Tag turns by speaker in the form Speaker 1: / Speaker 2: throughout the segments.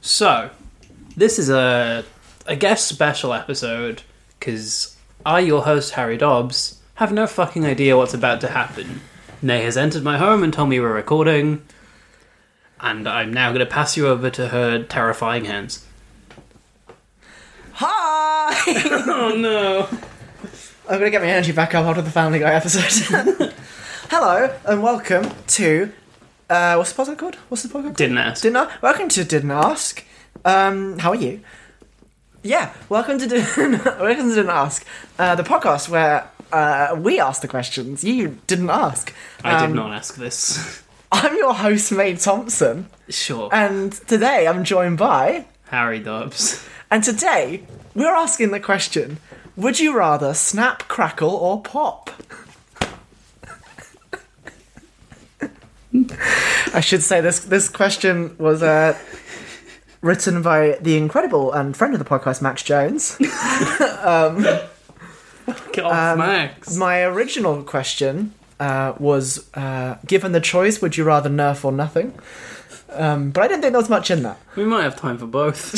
Speaker 1: So, this is a a guest special episode because I, your host Harry Dobbs, have no fucking idea what's about to happen. Nay has entered my home and told me we're recording, and I'm now going to pass you over to her terrifying hands.
Speaker 2: Hi!
Speaker 1: Oh no!
Speaker 2: I'm gonna get my energy back up after the Family Guy episode. Hello and welcome to uh, what's the podcast called? What's the podcast? Called?
Speaker 1: Didn't ask.
Speaker 2: Didn't ask. Welcome to Didn't Ask. Um, how are you? Yeah, welcome to Didn't, welcome to Didn't Ask, uh, the podcast where uh, we ask the questions you didn't ask.
Speaker 1: I did
Speaker 2: Um,
Speaker 1: not ask this.
Speaker 2: I'm your host, Mae Thompson,
Speaker 1: sure,
Speaker 2: and today I'm joined by
Speaker 1: Harry Dobbs.
Speaker 2: And today, we're asking the question Would you rather snap, crackle, or pop? I should say this this question was uh, written by the incredible and friend of the podcast, Max Jones.
Speaker 1: Get off Max.
Speaker 2: My original question uh, was uh, Given the choice, would you rather nerf or nothing? Um, but I didn't think there was much in that.
Speaker 1: We might have time for both.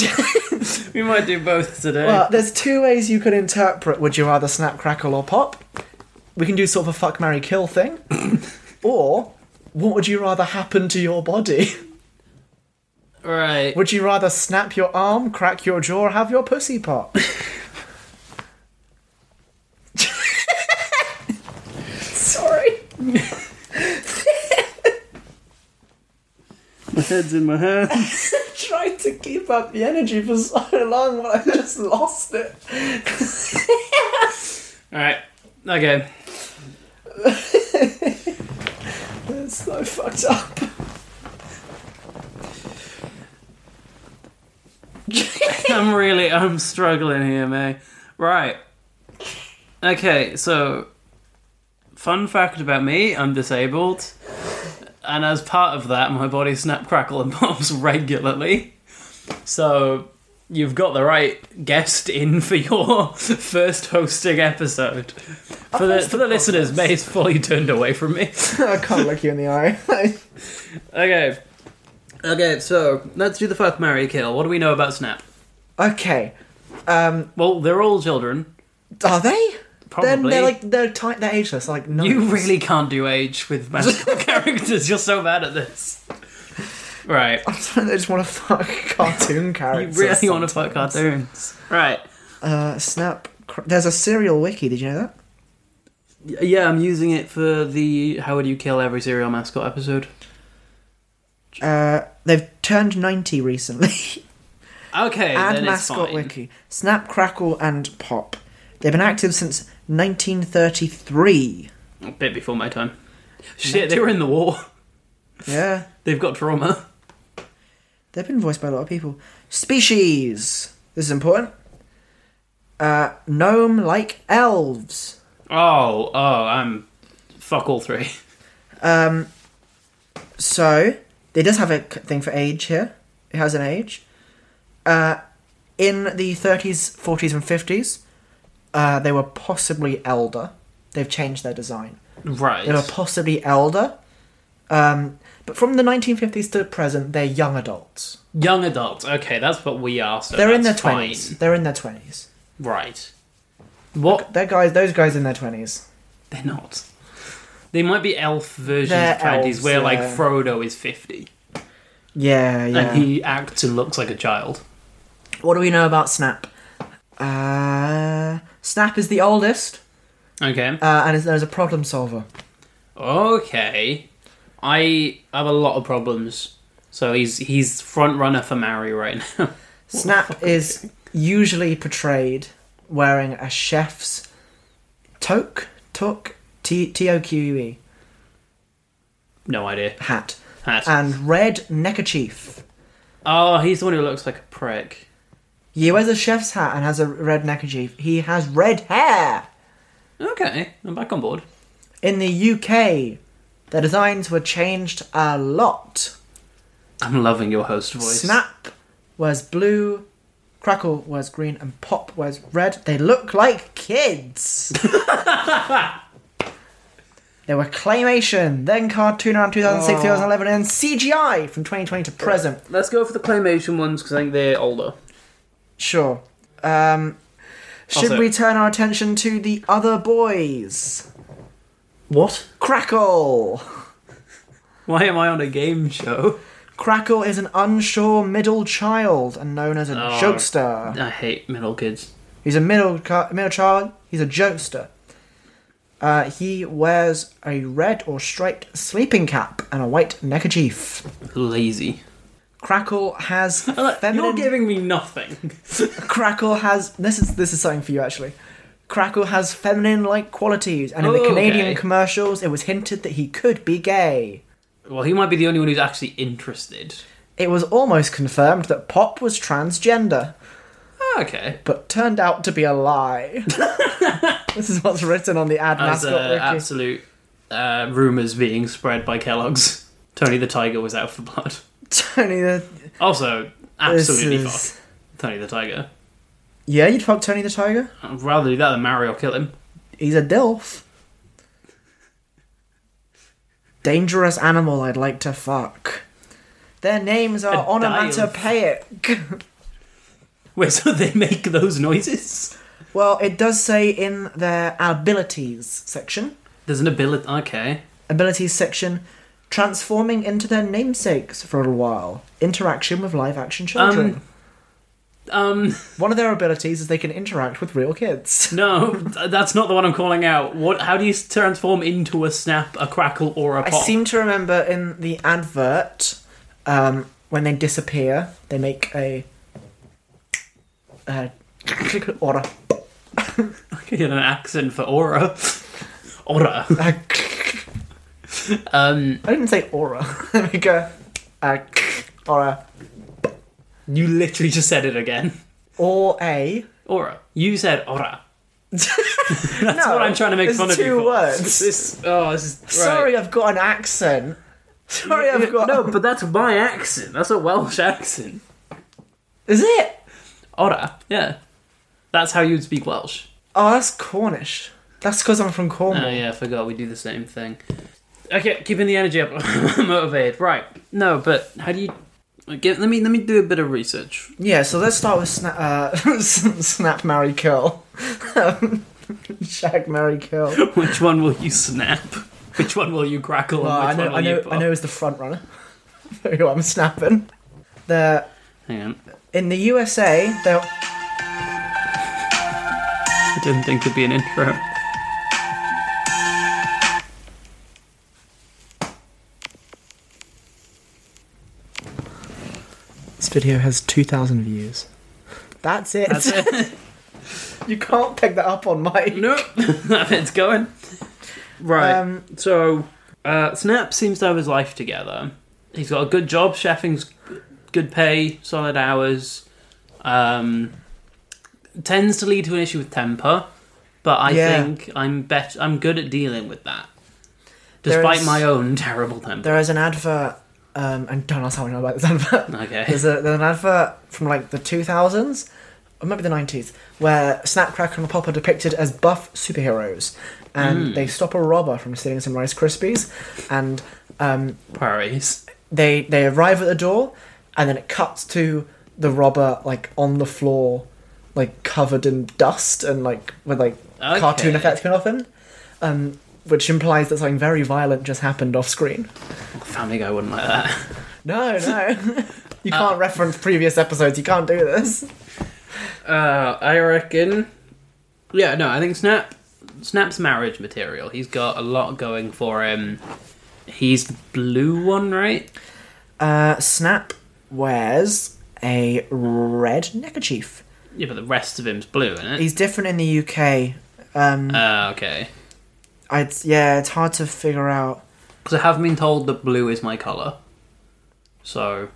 Speaker 1: we might do both today.
Speaker 2: Well, there's two ways you could interpret would you rather snap, crackle, or pop? We can do sort of a fuck, marry, kill thing. or what would you rather happen to your body?
Speaker 1: right.
Speaker 2: Would you rather snap your arm, crack your jaw, or have your pussy pop? Sorry.
Speaker 1: My head's in my hands.
Speaker 2: Tried to keep up the energy for so long, but I just lost it.
Speaker 1: Alright. Okay.
Speaker 2: It's so fucked up.
Speaker 1: I'm really I'm struggling here, May. Right. Okay, so fun fact about me, I'm disabled. And as part of that, my body snap crackle and pops regularly. So you've got the right guest in for your first hosting episode. For the
Speaker 2: hosted
Speaker 1: for the listeners,
Speaker 2: podcast.
Speaker 1: May's fully turned away from me.
Speaker 2: I can't look you in the eye.
Speaker 1: Okay. Okay, so let's do the fuck Mary Kill. What do we know about Snap?
Speaker 2: okay. Um,
Speaker 1: Well, they're all children.
Speaker 2: Are they?
Speaker 1: Probably.
Speaker 2: Then they're like they're tight. They're ageless. Like no.
Speaker 1: You really can't do age with magical characters. You're so bad at this. Right.
Speaker 2: I just want to fuck cartoon
Speaker 1: You
Speaker 2: characters.
Speaker 1: really want to fuck cartoons. Right.
Speaker 2: Uh, snap. cr- There's a serial wiki. Did you know that?
Speaker 1: Y- Yeah, I'm using it for the How Would You Kill Every Serial Mascot episode.
Speaker 2: Uh, they've turned ninety recently.
Speaker 1: Okay,
Speaker 2: Add
Speaker 1: then
Speaker 2: mascot
Speaker 1: it's fine.
Speaker 2: wiki. Snap, crackle, and pop. They've been active since 1933.
Speaker 1: A bit before my time. Shit, they were in the war.
Speaker 2: Yeah,
Speaker 1: They've got trauma.
Speaker 2: they've been voiced by a lot of people. Species. This is important. Uh, gnome-like elves.
Speaker 1: Oh, oh, I'm. Fuck all three.
Speaker 2: So it does have a c- thing for age here. It has an age. Uh, in the 30s, 40s, and 50s, uh, they were possibly elder. They've changed their design.
Speaker 1: Right.
Speaker 2: They were possibly elder. Um, but from the 1950s to present, they're young adults.
Speaker 1: Young adults. Okay, that's what we are. So
Speaker 2: they're in their
Speaker 1: that's
Speaker 2: 20s.
Speaker 1: fine.
Speaker 2: They're in their 20s.
Speaker 1: Right. What?
Speaker 2: They're guys. Those guys in their 20s.
Speaker 1: They're not. They might be elf versions
Speaker 2: They're
Speaker 1: of Candies
Speaker 2: elves,
Speaker 1: where like
Speaker 2: yeah.
Speaker 1: Frodo is 50
Speaker 2: Yeah, yeah.
Speaker 1: and he acts and looks like a child.
Speaker 2: What do we know about Snap? Uh, Snap is the oldest,
Speaker 1: Okay.
Speaker 2: uh, and is known as a problem solver.
Speaker 1: Okay. I have a lot of problems. So he's he's front runner for Mary right now.
Speaker 2: Snap is usually portrayed wearing a chef's toque, toque, T T O Q U E
Speaker 1: no idea.
Speaker 2: hat
Speaker 1: Hat.
Speaker 2: and red neckerchief.
Speaker 1: oh, he's the one who looks like a prick.
Speaker 2: He wears a chef's hat and has a red neckerchief. He has red hair.
Speaker 1: Okay, I'm back on board.
Speaker 2: In the UK, their designs were changed a lot.
Speaker 1: I'm loving your host voice.
Speaker 2: Snap wears blue, Crackle wears green, and Pop wears red. They look like kids. There were claymation, then cartoon around 2006,
Speaker 1: Oh.
Speaker 2: 2011, and CGI from 2020 to present.
Speaker 1: Let's go for the claymation ones because I think they're older.
Speaker 2: Sure. Um, should
Speaker 1: Also-
Speaker 2: we turn our attention to the other boys?
Speaker 1: What?
Speaker 2: Crackle.
Speaker 1: Why am I on a game show?
Speaker 2: Crackle is an unsure middle child and known as a
Speaker 1: Oh.
Speaker 2: jokester.
Speaker 1: I hate middle kids.
Speaker 2: He's a middle ca- middle child. He's a jokester. Uh, he wears a red or striped sleeping cap and a white neckerchief.
Speaker 1: Lazy.
Speaker 2: Crackle has
Speaker 1: You're
Speaker 2: feminine.
Speaker 1: giving me nothing.
Speaker 2: Crackle has this is this is something for you actually. Crackle has feminine like qualities, and in the
Speaker 1: Oh,
Speaker 2: Canadian
Speaker 1: okay.
Speaker 2: commercials, it was hinted that he could be gay.
Speaker 1: well, he might be the only one who's actually interested.
Speaker 2: It was almost confirmed that Pop was transgender,
Speaker 1: Ah, Okay.
Speaker 2: but turned out to be a lie. this is what's written on the ad
Speaker 1: As
Speaker 2: mascot.
Speaker 1: uh,
Speaker 2: wiki.
Speaker 1: absolute uh, rumors being spread by Kellogg's. Tony the Tiger was out for blood.
Speaker 2: Tony the
Speaker 1: Also,
Speaker 2: this
Speaker 1: absolutely
Speaker 2: is-
Speaker 1: fuck Tony the Tiger.
Speaker 2: Yeah, you'd fuck Tony the Tiger.
Speaker 1: I'd rather do that than marry or kill him.
Speaker 2: He's a dilf. Dangerous animal I'd like to fuck. Their names are
Speaker 1: A dilf.
Speaker 2: onomatopoeic.
Speaker 1: Wait, so they make those noises?
Speaker 2: well, it does say in their abilities section,
Speaker 1: There's an ability. Okay.
Speaker 2: abilities section, transforming into their namesakes for a little while. Interaction with live action children.
Speaker 1: Um, Um,
Speaker 2: One of their abilities is they can interact with real kids.
Speaker 1: no, th- that's not the one I'm calling out. What? How do you s- transform into a snap, a crackle, or a
Speaker 2: I
Speaker 1: pop?
Speaker 2: seem to remember in the advert um, when they disappear, they make a, a or a,
Speaker 1: Get an accent for aura. Aura.
Speaker 2: a
Speaker 1: Um,
Speaker 2: I didn't say aura. I make a, a or a
Speaker 1: you literally just said it again.
Speaker 2: or a.
Speaker 1: Aura. You said aura.
Speaker 2: That's
Speaker 1: That's what I'm trying to make
Speaker 2: it's
Speaker 1: fun of
Speaker 2: two
Speaker 1: you for.
Speaker 2: words.
Speaker 1: This, oh, this is right.
Speaker 2: Sorry, I've got an accent. Sorry, I've got
Speaker 1: No, but that's my accent. That's a Welsh accent.
Speaker 2: Is it?
Speaker 1: Ora. Yeah. That's how you'd speak Welsh.
Speaker 2: Oh, that's Cornish. That's because I'm from Cornwall.
Speaker 1: Oh, yeah, I forgot we do the same thing. Okay, keeping the energy up. I'm motivated. Right. No, but how do you. Get, let me let me do a bit of research.
Speaker 2: Yeah, so let's start with sna- uh, s- snap, marry, curl. Um, Shag, marry, curl.
Speaker 1: Which one will you snap? Which one will you crackle?
Speaker 2: Well,
Speaker 1: and which
Speaker 2: I know,
Speaker 1: one will
Speaker 2: I know,
Speaker 1: you pop?
Speaker 2: I know, is the front runner. Who I'm snapping? The
Speaker 1: Hang on,
Speaker 2: in the USA, they're
Speaker 1: I didn't think there'd be an intro.
Speaker 2: this video has two thousand views. That's it.
Speaker 1: That's it.
Speaker 2: you can't pick that up on my.
Speaker 1: nope, it's going. Right.
Speaker 2: Um,
Speaker 1: So, uh, Snap seems to have his life together. He's got a good job, chefing's good pay, solid hours. Um, tends to lead to an issue with temper, but I
Speaker 2: Yeah.
Speaker 1: think I'm bet I'm good at dealing with that,
Speaker 2: There
Speaker 1: despite
Speaker 2: is-
Speaker 1: my own terrible temper.
Speaker 2: There is an advert, um, and don't ask how I know about this advert.
Speaker 1: Okay.
Speaker 2: There's, a, there's an advert from like the two thousands, or maybe the nineties, where Snapcracker and Pop are depicted as buff superheroes, and they stop a robber from stealing some Rice Krispies, and um,
Speaker 1: Worries.
Speaker 2: they they arrive at the door and then it cuts to the robber like on the floor like covered in dust and like with like cartoon
Speaker 1: Okay.
Speaker 2: effects coming off him um, which implies that something very violent just happened off screen
Speaker 1: Family Guy wouldn't like that.
Speaker 2: no no you can't reference previous episodes you can't do this
Speaker 1: Uh, I reckon. Yeah, no, I think Snap Snap's marriage material. He's got a lot going for him. He's the blue one, right?
Speaker 2: uh, snap wears a red neckerchief
Speaker 1: Yeah, but the rest of him's blue, isn't it?
Speaker 2: he's different in the uk um,
Speaker 1: Ah, okay.
Speaker 2: I'd, yeah it's hard to figure out
Speaker 1: Because I have been told that blue is my colour. So,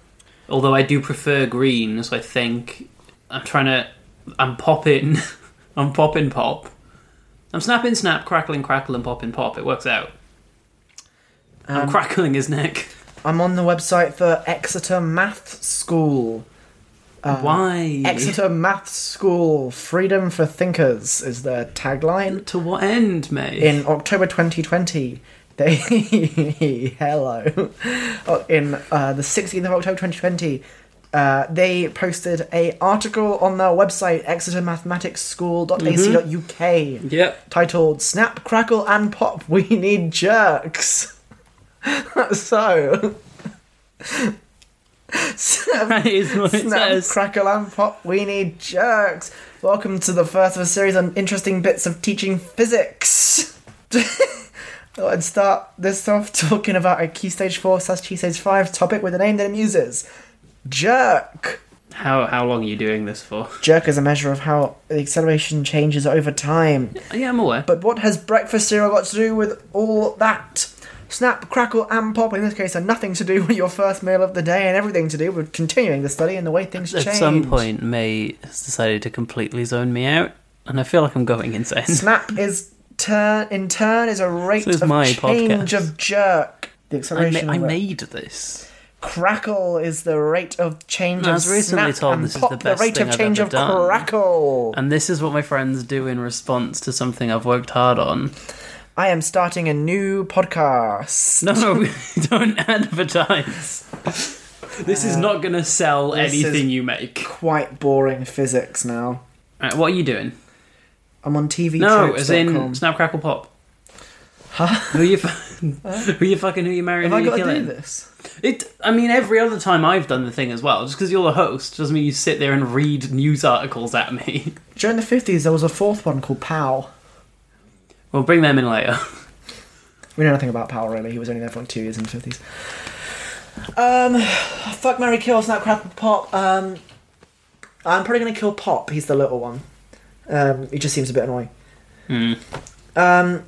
Speaker 1: although I do prefer green, so I think I'm trying to. I'm popping. I'm popping pop. I'm snapping snap, crackling crackle, and popping pop. It works out. I'm crackling his neck.
Speaker 2: I'm on the website for Exeter Math School.
Speaker 1: Why?
Speaker 2: Exeter Math School, freedom for thinkers is their tagline.
Speaker 1: To what end, mate?
Speaker 2: In October 2020, They hello. Oh, In uh, the 16th of October 2020, uh, they posted a article on their website exetermathematicschool.ac.uk
Speaker 1: Yep.
Speaker 2: titled "Snap, Crackle, and Pop: We Need Jerks." so, snap,
Speaker 1: That is what it
Speaker 2: snap,
Speaker 1: says.
Speaker 2: crackle, and pop: We need jerks. Welcome to the first of a series on interesting bits of teaching physics. I'd start this off talking about a Key Stage Four slash Key Stage Five topic with a name that amuses: jerk.
Speaker 1: How how long are you doing this for?
Speaker 2: Jerk is a measure of how the acceleration changes over time.
Speaker 1: Yeah, I'm aware.
Speaker 2: But what has breakfast cereal got to do with all that? Snap, crackle, and pop in this case are nothing to do with your first meal of the day and everything to do with continuing the study and the way things change.
Speaker 1: At some point, May has decided to completely zone me out, and I feel like I'm going insane.
Speaker 2: Snap is turn in turn is a rate
Speaker 1: is
Speaker 2: of
Speaker 1: my
Speaker 2: change
Speaker 1: podcast.
Speaker 2: of jerk. The
Speaker 1: I, ma-
Speaker 2: acceleration
Speaker 1: I
Speaker 2: of it.
Speaker 1: made this.
Speaker 2: crackle is the rate of change
Speaker 1: I
Speaker 2: of
Speaker 1: was recently
Speaker 2: snap
Speaker 1: told
Speaker 2: and
Speaker 1: this is
Speaker 2: pop
Speaker 1: the best
Speaker 2: rate
Speaker 1: thing
Speaker 2: of
Speaker 1: I've
Speaker 2: change
Speaker 1: ever
Speaker 2: of
Speaker 1: done. Uh,
Speaker 2: crackle.
Speaker 1: And this is what my friends do in response to something I've worked hard on.
Speaker 2: I am starting a new podcast.
Speaker 1: No, don't advertise. This is not going to sell
Speaker 2: this is-
Speaker 1: anything you make.
Speaker 2: Quite boring physics now.
Speaker 1: Alright, what are you doing?
Speaker 2: I'm on TV.
Speaker 1: No,
Speaker 2: tropes
Speaker 1: as
Speaker 2: dot
Speaker 1: in
Speaker 2: com.
Speaker 1: Snap Crackle Pop. Huh? Who you, fu- who you fucking? Who you marrying?
Speaker 2: Have
Speaker 1: who you
Speaker 2: I got to
Speaker 1: killing?
Speaker 2: do this?
Speaker 1: It. I mean, every other time I've done the thing as well. Just because you're the host doesn't mean you sit there and read news articles at me.
Speaker 2: During the 50s, there was a fourth one called Pow.
Speaker 1: We'll bring them in later.
Speaker 2: We know nothing about Pow, really. He was only there for like two years in the 50s. Um, fuck Mary Kill, Snap Crackle Pop. Um, I'm probably going to kill Pop. He's the little one. Um, he just seems a bit annoying. Um,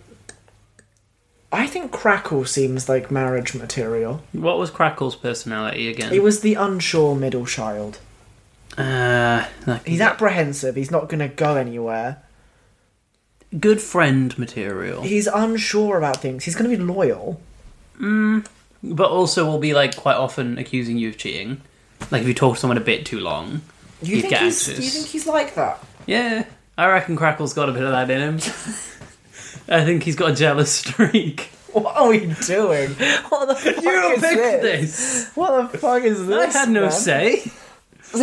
Speaker 2: I think Crackle seems like marriage material.
Speaker 1: What was Crackle's personality again?
Speaker 2: He was the unsure middle child.
Speaker 1: uh, no,
Speaker 2: He's apprehensive. He's not going to go anywhere.
Speaker 1: good friend material,
Speaker 2: He's unsure about things. He's going to be loyal.
Speaker 1: but also will be like quite often accusing you of cheating. Like if you talk to someone a bit too long.
Speaker 2: Do you
Speaker 1: He'd
Speaker 2: think
Speaker 1: get
Speaker 2: he's? Do you
Speaker 1: anxious.
Speaker 2: think he's like that?
Speaker 1: Yeah, I reckon Crackle's got a bit of that in him. I think he's got a jealous streak.
Speaker 2: What are we doing? What the fuck
Speaker 1: You
Speaker 2: is
Speaker 1: picked
Speaker 2: this?
Speaker 1: this.
Speaker 2: What the fuck is
Speaker 1: I
Speaker 2: this?
Speaker 1: had no
Speaker 2: man?
Speaker 1: say. I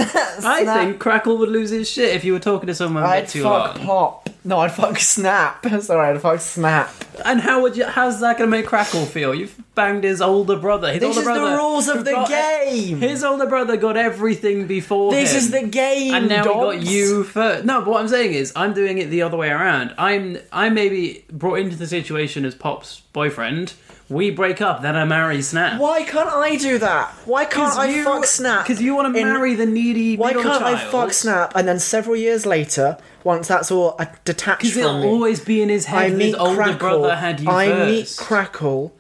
Speaker 2: Snap.
Speaker 1: think Crackle would lose his shit if you were talking to someone a bit
Speaker 2: I'd
Speaker 1: too
Speaker 2: fuck
Speaker 1: long.
Speaker 2: pop. No, I'd fuck snap. Sorry, I'd fuck snap.
Speaker 1: And how would you? How's that gonna make Crackle feel? You've banged his older brother. His
Speaker 2: This
Speaker 1: older
Speaker 2: is
Speaker 1: brother.
Speaker 2: the rules of the
Speaker 1: got- e-,
Speaker 2: game.
Speaker 1: His older brother got everything before.
Speaker 2: this
Speaker 1: him.
Speaker 2: is the game.
Speaker 1: And now we got
Speaker 2: dogs.
Speaker 1: you first. No, but what I'm saying is, I'm doing it the other way around. I'm I may be brought into the situation as Pop's boyfriend. We break up, then I marry Snap.
Speaker 2: Why can't I do that? Why can't I fuck snap?
Speaker 1: Because you want to
Speaker 2: in-
Speaker 1: marry the needy.
Speaker 2: Why
Speaker 1: middle
Speaker 2: can't I
Speaker 1: child?
Speaker 2: fuck snap? And then several years later, once that's all uh, detached
Speaker 1: Because
Speaker 2: from
Speaker 1: it'll
Speaker 2: me,
Speaker 1: always be in his
Speaker 2: I
Speaker 1: head. that
Speaker 2: meet
Speaker 1: his older
Speaker 2: Crackle.
Speaker 1: brother had you
Speaker 2: I
Speaker 1: first.
Speaker 2: meet Crackle,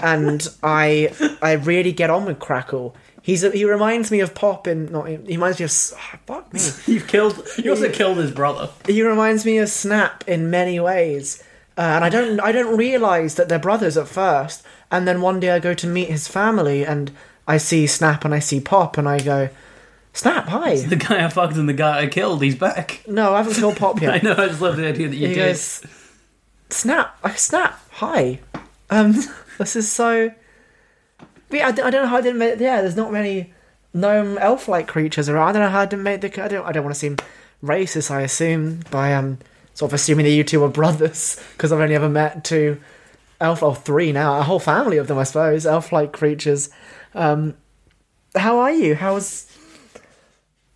Speaker 2: and I I really get on with Crackle. He's a, he reminds me of Pop in not in- he reminds me of S- ah, fuck me.
Speaker 1: You've killed. You also killed his brother.
Speaker 2: He reminds me of Snap in many ways, uh, and I don't I don't realize that they're brothers at first. And then one day I go to meet his family, and I see Snap and I see Pop, and I go, Snap, hi.
Speaker 1: The guy I fucked and the guy I killed. He's back.
Speaker 2: No, I haven't killed Pop
Speaker 1: I
Speaker 2: yet.
Speaker 1: know. I just love the idea that you
Speaker 2: He
Speaker 1: did.
Speaker 2: goes, Snap, I Snap, hi. Um, this is so. But yeah, I, d- I don't know how I didn't make. Yeah, there's not many gnome elf-like creatures around. I don't know how I didn't make the. I don't. I don't want to seem racist. I assume by um sort of assuming that you two are brothers because I've only ever met two elf or three now. A whole family of them, I suppose. Elf-like creatures. Um, how are you? How's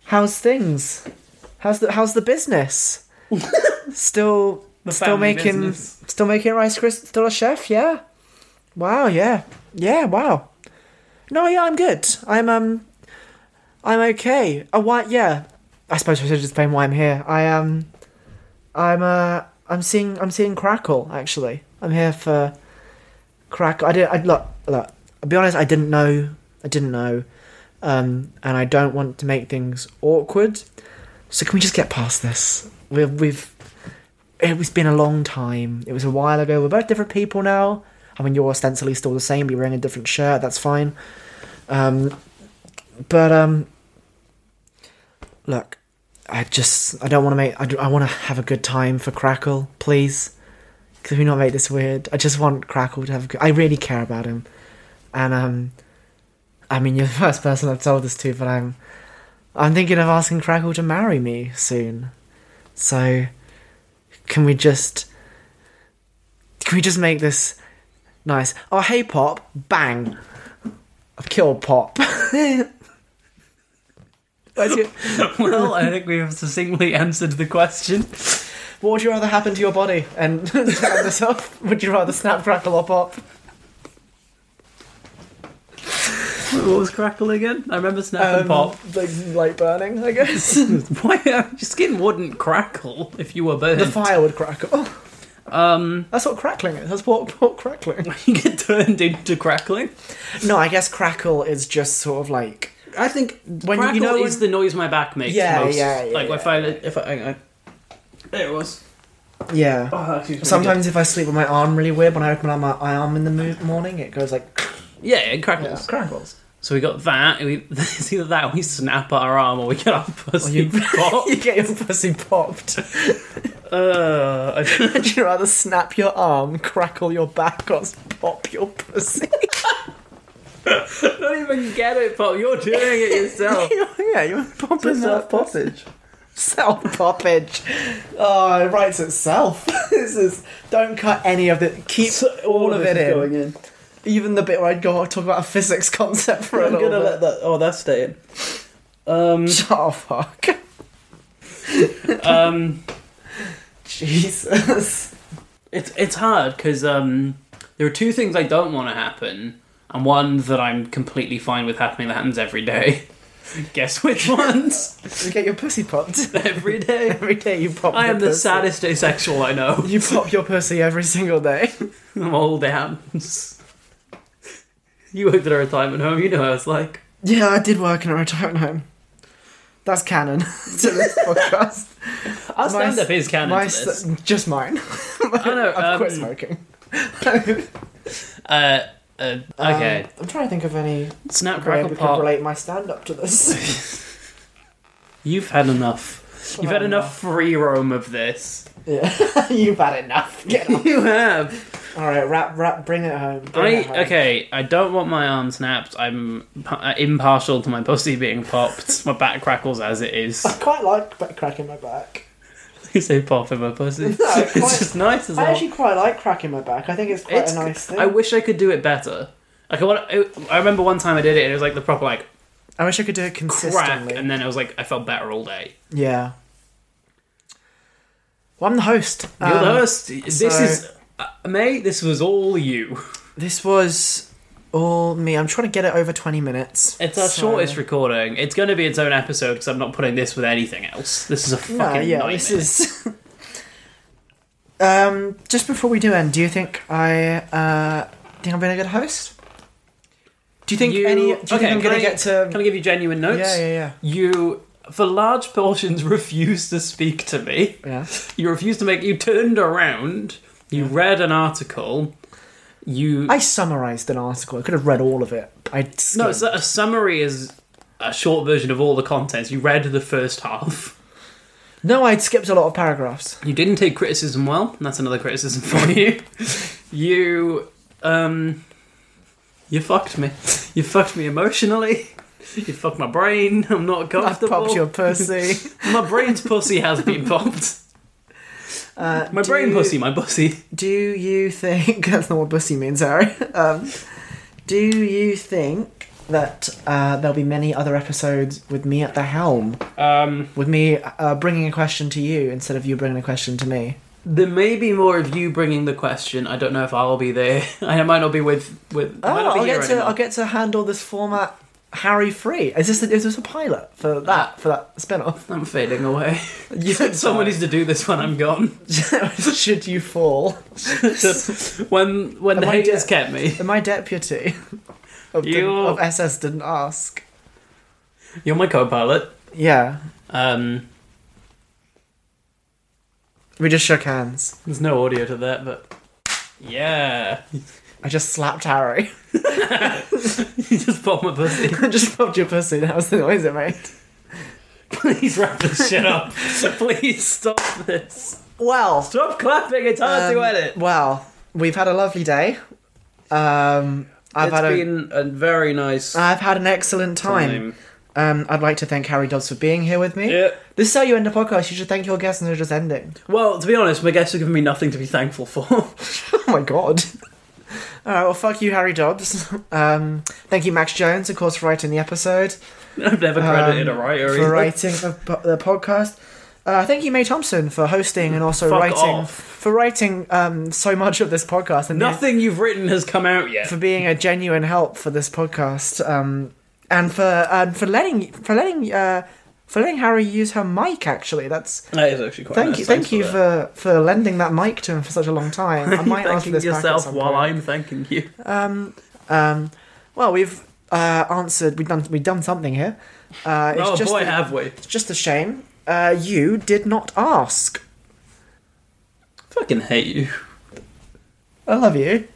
Speaker 2: how's things? How's the how's the business? still still
Speaker 1: family
Speaker 2: making
Speaker 1: business.
Speaker 2: still making rice crisps. Still a chef, yeah. Wow, yeah, yeah, wow. No, yeah, I'm good. I'm um, I'm okay. Oh, why? Yeah, I suppose I should explain why I'm here. I um, I'm uh, I'm seeing I'm seeing Crackle actually. I'm here for Crackle. I did. I look look. I'll be honest. I didn't know. I didn't know. Um, and I don't want to make things awkward. So can we just get past this? We've we've it was been a long time. It was a while ago. We're both different people now. I mean, you're ostensibly still the same, but you're wearing a different shirt. That's fine. Um, but um, look, I just I don't want to make I, want to have a good time for Crackle, please. Could we not make this weird? I just want Crackle to have. A good, I really care about him, and um, I mean you're the first person I've told this to, but I'm, I'm thinking of asking Crackle to marry me soon, so, can we just, can we just make this, nice? Oh hey Pop, bang, I've killed Pop. What's your-
Speaker 1: well, I think we have succinctly answered the question.
Speaker 2: What would you rather happen to your body? And to round this off, would you rather snap, crackle, or pop?
Speaker 1: What was crackle again? I remember snap
Speaker 2: Um,
Speaker 1: and pop.
Speaker 2: Like light burning, I guess.
Speaker 1: Why uh, your skin wouldn't crackle if you were burnt?
Speaker 2: the fire would crackle. Oh,
Speaker 1: Um,
Speaker 2: That's what crackling is. That's what, what crackling.
Speaker 1: you get turned into crackling.
Speaker 2: No, I guess crackle is just sort of like
Speaker 1: I think
Speaker 2: When- you
Speaker 1: crackle
Speaker 2: know
Speaker 1: is
Speaker 2: when-
Speaker 1: the noise my back makes.
Speaker 2: Yeah,
Speaker 1: most.
Speaker 2: yeah, yeah,
Speaker 1: Like
Speaker 2: yeah.
Speaker 1: if I if I, I, I there it was.
Speaker 2: yeah.
Speaker 1: Oh, excuse me.
Speaker 2: Sometimes if I sleep with my arm really weird, when I open up my arm in the mo- morning, it goes like
Speaker 1: yeah, it
Speaker 2: yeah,
Speaker 1: crackles.
Speaker 2: crackles.
Speaker 1: So we got that. and We, it's either that or we snap at our arm or we get our pussy
Speaker 2: Oh, you-
Speaker 1: pop.
Speaker 2: You get your pussy popped.
Speaker 1: uh, I-
Speaker 2: Would you rather snap your arm, crackle your back, or pop your pussy?
Speaker 1: I don't even get it, Pop. You're doing it yourself.
Speaker 2: yeah, you're popping that
Speaker 1: poppage.
Speaker 2: Self poppage. Oh, it writes itself. this is don't cut any of it. Keep all of it in.
Speaker 1: in.
Speaker 2: Even the bit where I go talk about a physics concept for a little bit.
Speaker 1: that. Oh, that's staying. Um.
Speaker 2: Oh fuck.
Speaker 1: Um.
Speaker 2: Jesus.
Speaker 1: It's it's hard because um, there are two things I don't want to happen, and one that I'm completely fine with happening that happens every day. Guess which ones?
Speaker 2: You get your pussy popped.
Speaker 1: every day.
Speaker 2: Every day you pop.
Speaker 1: I
Speaker 2: your
Speaker 1: am the
Speaker 2: pussy.
Speaker 1: saddest asexual I know.
Speaker 2: You pop your pussy every single day.
Speaker 1: I'm all downs. You worked at a retirement home. You know what it's like.
Speaker 2: Yeah, I did work in a retirement home. That's canon to this podcast.
Speaker 1: Our
Speaker 2: My
Speaker 1: stand up
Speaker 2: s-
Speaker 1: is canon
Speaker 2: My
Speaker 1: to this.
Speaker 2: s- just mine.
Speaker 1: I know.
Speaker 2: I've quit
Speaker 1: um,
Speaker 2: smoking.
Speaker 1: uh, uh, okay.
Speaker 2: Um, I'm trying to think of any
Speaker 1: Snap
Speaker 2: way we
Speaker 1: crackle
Speaker 2: could
Speaker 1: pop.
Speaker 2: relate my stand up to this.
Speaker 1: You've had enough. You've had
Speaker 2: Well,
Speaker 1: enough free roam of this.
Speaker 2: Yeah, you've had enough. Get off.
Speaker 1: You have.
Speaker 2: All right, wrap, wrap, bring it home. Bring it home.
Speaker 1: I okay. I don't want my arm snapped. I'm pa- uh, impartial to my pussy being popped. my back crackles as it is.
Speaker 2: I quite like ba- cracking my back.
Speaker 1: you say pop in my pussy.
Speaker 2: quite-
Speaker 1: it's just nice as
Speaker 2: I
Speaker 1: well.
Speaker 2: actually quite like cracking my back. I think it's quite
Speaker 1: it's,
Speaker 2: a nice thing.
Speaker 1: I wish I could do it better. Like I, want, I, I remember one time I did it and it was like the proper like
Speaker 2: I wish I could do it
Speaker 1: crack, and then it was like I felt better all day.
Speaker 2: yeah. Well, I'm the host.
Speaker 1: You're
Speaker 2: Um,
Speaker 1: the host. This
Speaker 2: so-
Speaker 1: is, uh, mate. This was all you.
Speaker 2: This was all me. I'm trying to get it over 20 minutes.
Speaker 1: It's our
Speaker 2: So-
Speaker 1: shortest recording. It's going to be its own episode because I'm not putting this with anything else. This is a fucking
Speaker 2: No, yeah,
Speaker 1: nightmare.
Speaker 2: this is. um, just before we do end, do you think I uh, think I've been a good host? Do you think
Speaker 1: You-
Speaker 2: any? Do you think
Speaker 1: okay,
Speaker 2: I'm gonna
Speaker 1: can I-
Speaker 2: get to?
Speaker 1: Can I give you genuine notes?
Speaker 2: um, yeah, yeah, yeah.
Speaker 1: You, for large portions, refused to speak to me.
Speaker 2: Yeah.
Speaker 1: You refused to make. You turned around. You read an article. You
Speaker 2: I summarized an article. I could have read all of it. I
Speaker 1: no. So a summary is a short version of all the contents. You read the first half.
Speaker 2: no, I skipped a lot of paragraphs.
Speaker 1: You didn't take criticism well. and That's another criticism for you. you um. You fucked me. You fucked me emotionally. You fucked my brain. I'm not
Speaker 2: I've
Speaker 1: comfortable.
Speaker 2: popped your pussy.
Speaker 1: My brain's pussy has been popped.
Speaker 2: Uh,
Speaker 1: My
Speaker 2: do
Speaker 1: brain
Speaker 2: you-
Speaker 1: pussy, my pussy.
Speaker 2: Do you think that's not what pussy means, Harry? Um, do you think that uh, there'll be many other episodes with me at the helm,
Speaker 1: Um,
Speaker 2: with me uh, bringing a question to you instead of you bringing a question to me?
Speaker 1: there may be more of you bringing the question. I don't know if I'll be there. I might not be with with. I
Speaker 2: Oh,
Speaker 1: might not be
Speaker 2: I'll
Speaker 1: here
Speaker 2: get to
Speaker 1: anymore.
Speaker 2: I'll get to handle this format Harry free. Is this a, is this a pilot for that for that spin off?
Speaker 1: I'm fading away. Someone needs to do this when I'm gone.
Speaker 2: should you fall?
Speaker 1: when when the
Speaker 2: Am I
Speaker 1: haters
Speaker 2: dead?
Speaker 1: kept me,
Speaker 2: My deputy of, didn't-
Speaker 1: You-
Speaker 2: of SS didn't ask.
Speaker 1: you're my co-pilot.
Speaker 2: Yeah,
Speaker 1: Um,
Speaker 2: we just shook hands.
Speaker 1: there's no audio to that, but yeah,
Speaker 2: I just slapped Harry.
Speaker 1: you just popped my pussy.
Speaker 2: I just popped your pussy. That was the noise it made.
Speaker 1: Please wrap this shit up. Please stop this.
Speaker 2: Well,
Speaker 1: Stop clapping. It's hard to
Speaker 2: um,
Speaker 1: edit.
Speaker 2: Well, we've had a lovely day. Um, I've
Speaker 1: It's
Speaker 2: had a,
Speaker 1: been a very nice
Speaker 2: I've had an excellent time. Eh?
Speaker 1: time.
Speaker 2: Um, I'd like to thank Harry Dodds for being here with me.
Speaker 1: Yeah.
Speaker 2: This is how you end a podcast. You should thank your guests and they're just ending.
Speaker 1: Well, to be honest, my guests have given me nothing to be thankful for.
Speaker 2: oh my god. All right, well, fuck you, Harry Dobbs. Um, thank you, Max Jones, of course, for writing the episode,
Speaker 1: I've never credited
Speaker 2: Um,
Speaker 1: a writer.
Speaker 2: for
Speaker 1: either.
Speaker 2: writing the, po- the podcast. Uh, thank you, Mae Thompson, for hosting and also
Speaker 1: Fuck
Speaker 2: writing
Speaker 1: off.
Speaker 2: for writing um, so much of this podcast and
Speaker 1: Nothing you've written has come out yet.
Speaker 2: for being a genuine help for this podcast, um, and for um, for letting for letting uh, for letting Harry use her mic. Actually, that's
Speaker 1: That is actually quite.
Speaker 2: thank
Speaker 1: nice.
Speaker 2: you,
Speaker 1: Thanks
Speaker 2: thank you for, for lending that mic to him for such a long time. I
Speaker 1: that.
Speaker 2: might ask
Speaker 1: thanking
Speaker 2: for this back at
Speaker 1: yourself
Speaker 2: some
Speaker 1: while
Speaker 2: point.
Speaker 1: I'm thanking you.
Speaker 2: Um, um, well, we've uh, answered. We've done. We've done something here. Uh, it's
Speaker 1: oh
Speaker 2: just
Speaker 1: boy,
Speaker 2: a,
Speaker 1: have we!
Speaker 2: it's just a shame. Uh, you did not ask.
Speaker 1: Fucking hate you.
Speaker 2: I love you.